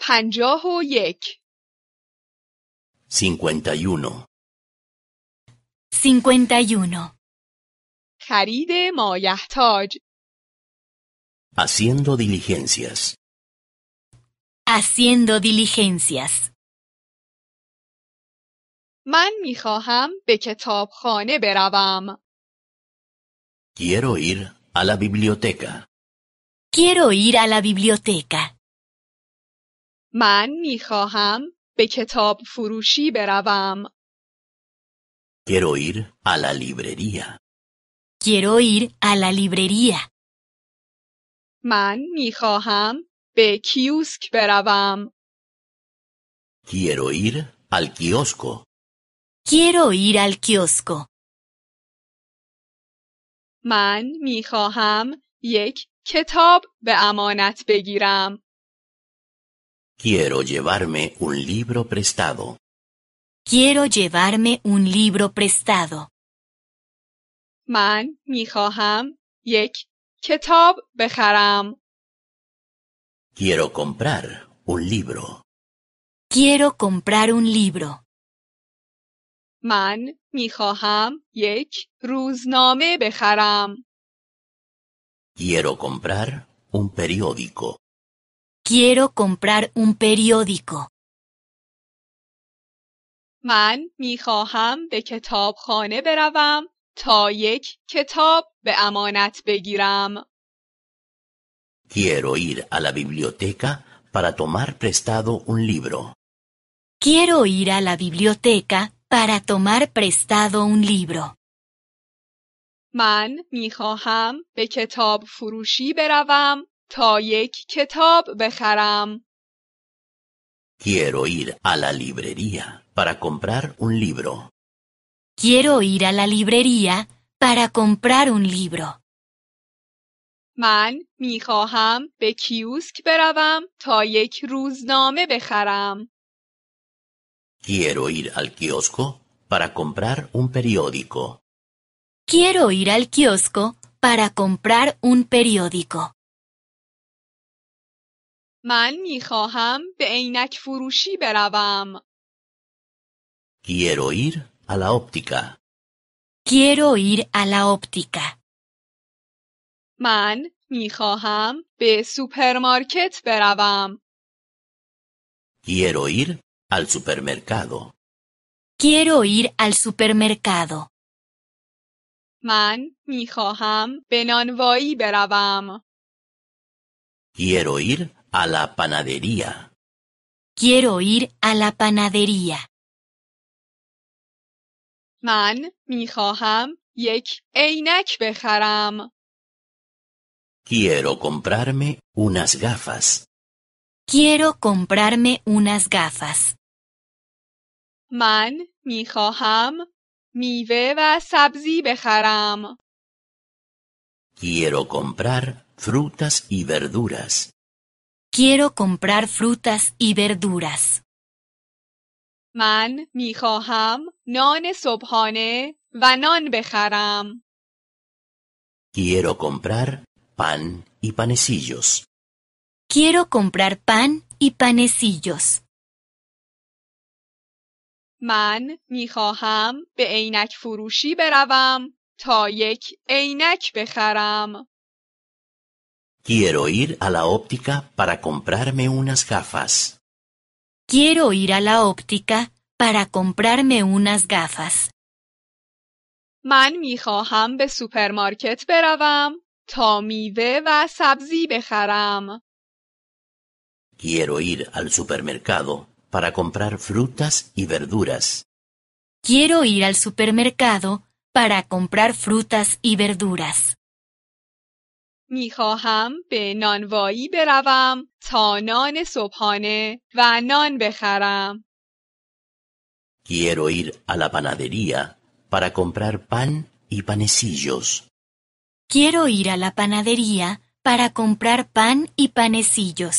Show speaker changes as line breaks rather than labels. پنجاه و یک
51.
51.
خرید مایحتاج
Haciendo diligencias.
Haciendo diligencias.
من میخواهم به کتابخانه بروم.
Quiero ir a la biblioteca.
Quiero ir a la biblioteca.
من میخواهم به کتاب فروشی بروم.
Quiero ir a la librería.
Quiero ir a la librería.
من میخواهم به کیوسک بروم.
Quiero ir al kiosco.
Quiero ir al kiosco.
من میخواهم یک کتاب به امانت بگیرم.
Quiero llevarme un libro prestado.
Quiero llevarme un libro prestado.
من میخواهم یک کتاب بخرم.
Quiero comprar un libro.
Quiero comprar un libro.
من میخواهم یک روزنامه بخرم.
Quiero comprar un periódico.
Quiero comprar un periódico.
من میخواهم به کتابخانه بروم تا یک کتاب به امانت بگیرم.
Quiero ir a la biblioteca para tomar prestado un libro.
Quiero ir a la biblioteca para tomar prestado un libro.
من میخواهم به کتاب فروشی بروم تا یک کتاب بخرم.
Quiero ir a la librería para comprar un libro.
Quiero ir a la librería para comprar un libro.
من میخواهم به کیوسک بروم تا یک روزنامه بخرم.
Quiero ir al kiosco para comprar un periódico.
Quiero ir al kiosco para comprar un periódico.
من میخواهم به عینک فروشی بروم.
Quiero ir a la óptica.
Quiero ir a la óptica.
من میخواهم به سوپرمارکت بروم.
Quiero ir al supermercado.
Quiero ir al supermercado.
من میخواهم به نانوایی بروم.
Quiero ir a la panadería.
Quiero ir a la panadería.
من میخواهم یک عینک بخرم.
Quiero comprarme unas gafas.
Quiero comprarme unas gafas.
من میخواهم میوه و سبزی بخرم.
Quiero comprar frutas y verduras.
Quiero comprar frutas y verduras.
من میخواهم نان صبحانه و نان بخرم.
Quiero comprar pan y panecillos.
Quiero comprar pan y panecillos.
من میخواهم به عینک فروشی بروم تا یک عینک بخرم.
Quiero ir a la óptica para comprarme unas gafas.
Quiero ir a la óptica para comprarme unas gafas.
من میخواهم به سوپرمارکت بروم تا میوه و سبزی بخرم.
Quiero ir al supermercado para comprar frutas y verduras.
Quiero ir al supermercado para comprar frutas y verduras.
میخواهم به نانوایی بروم تا نان صبحانه و نان بخرم.
Quiero ir a la panadería para comprar pan y panecillos.
Quiero ir a la panadería para comprar pan y panecillos.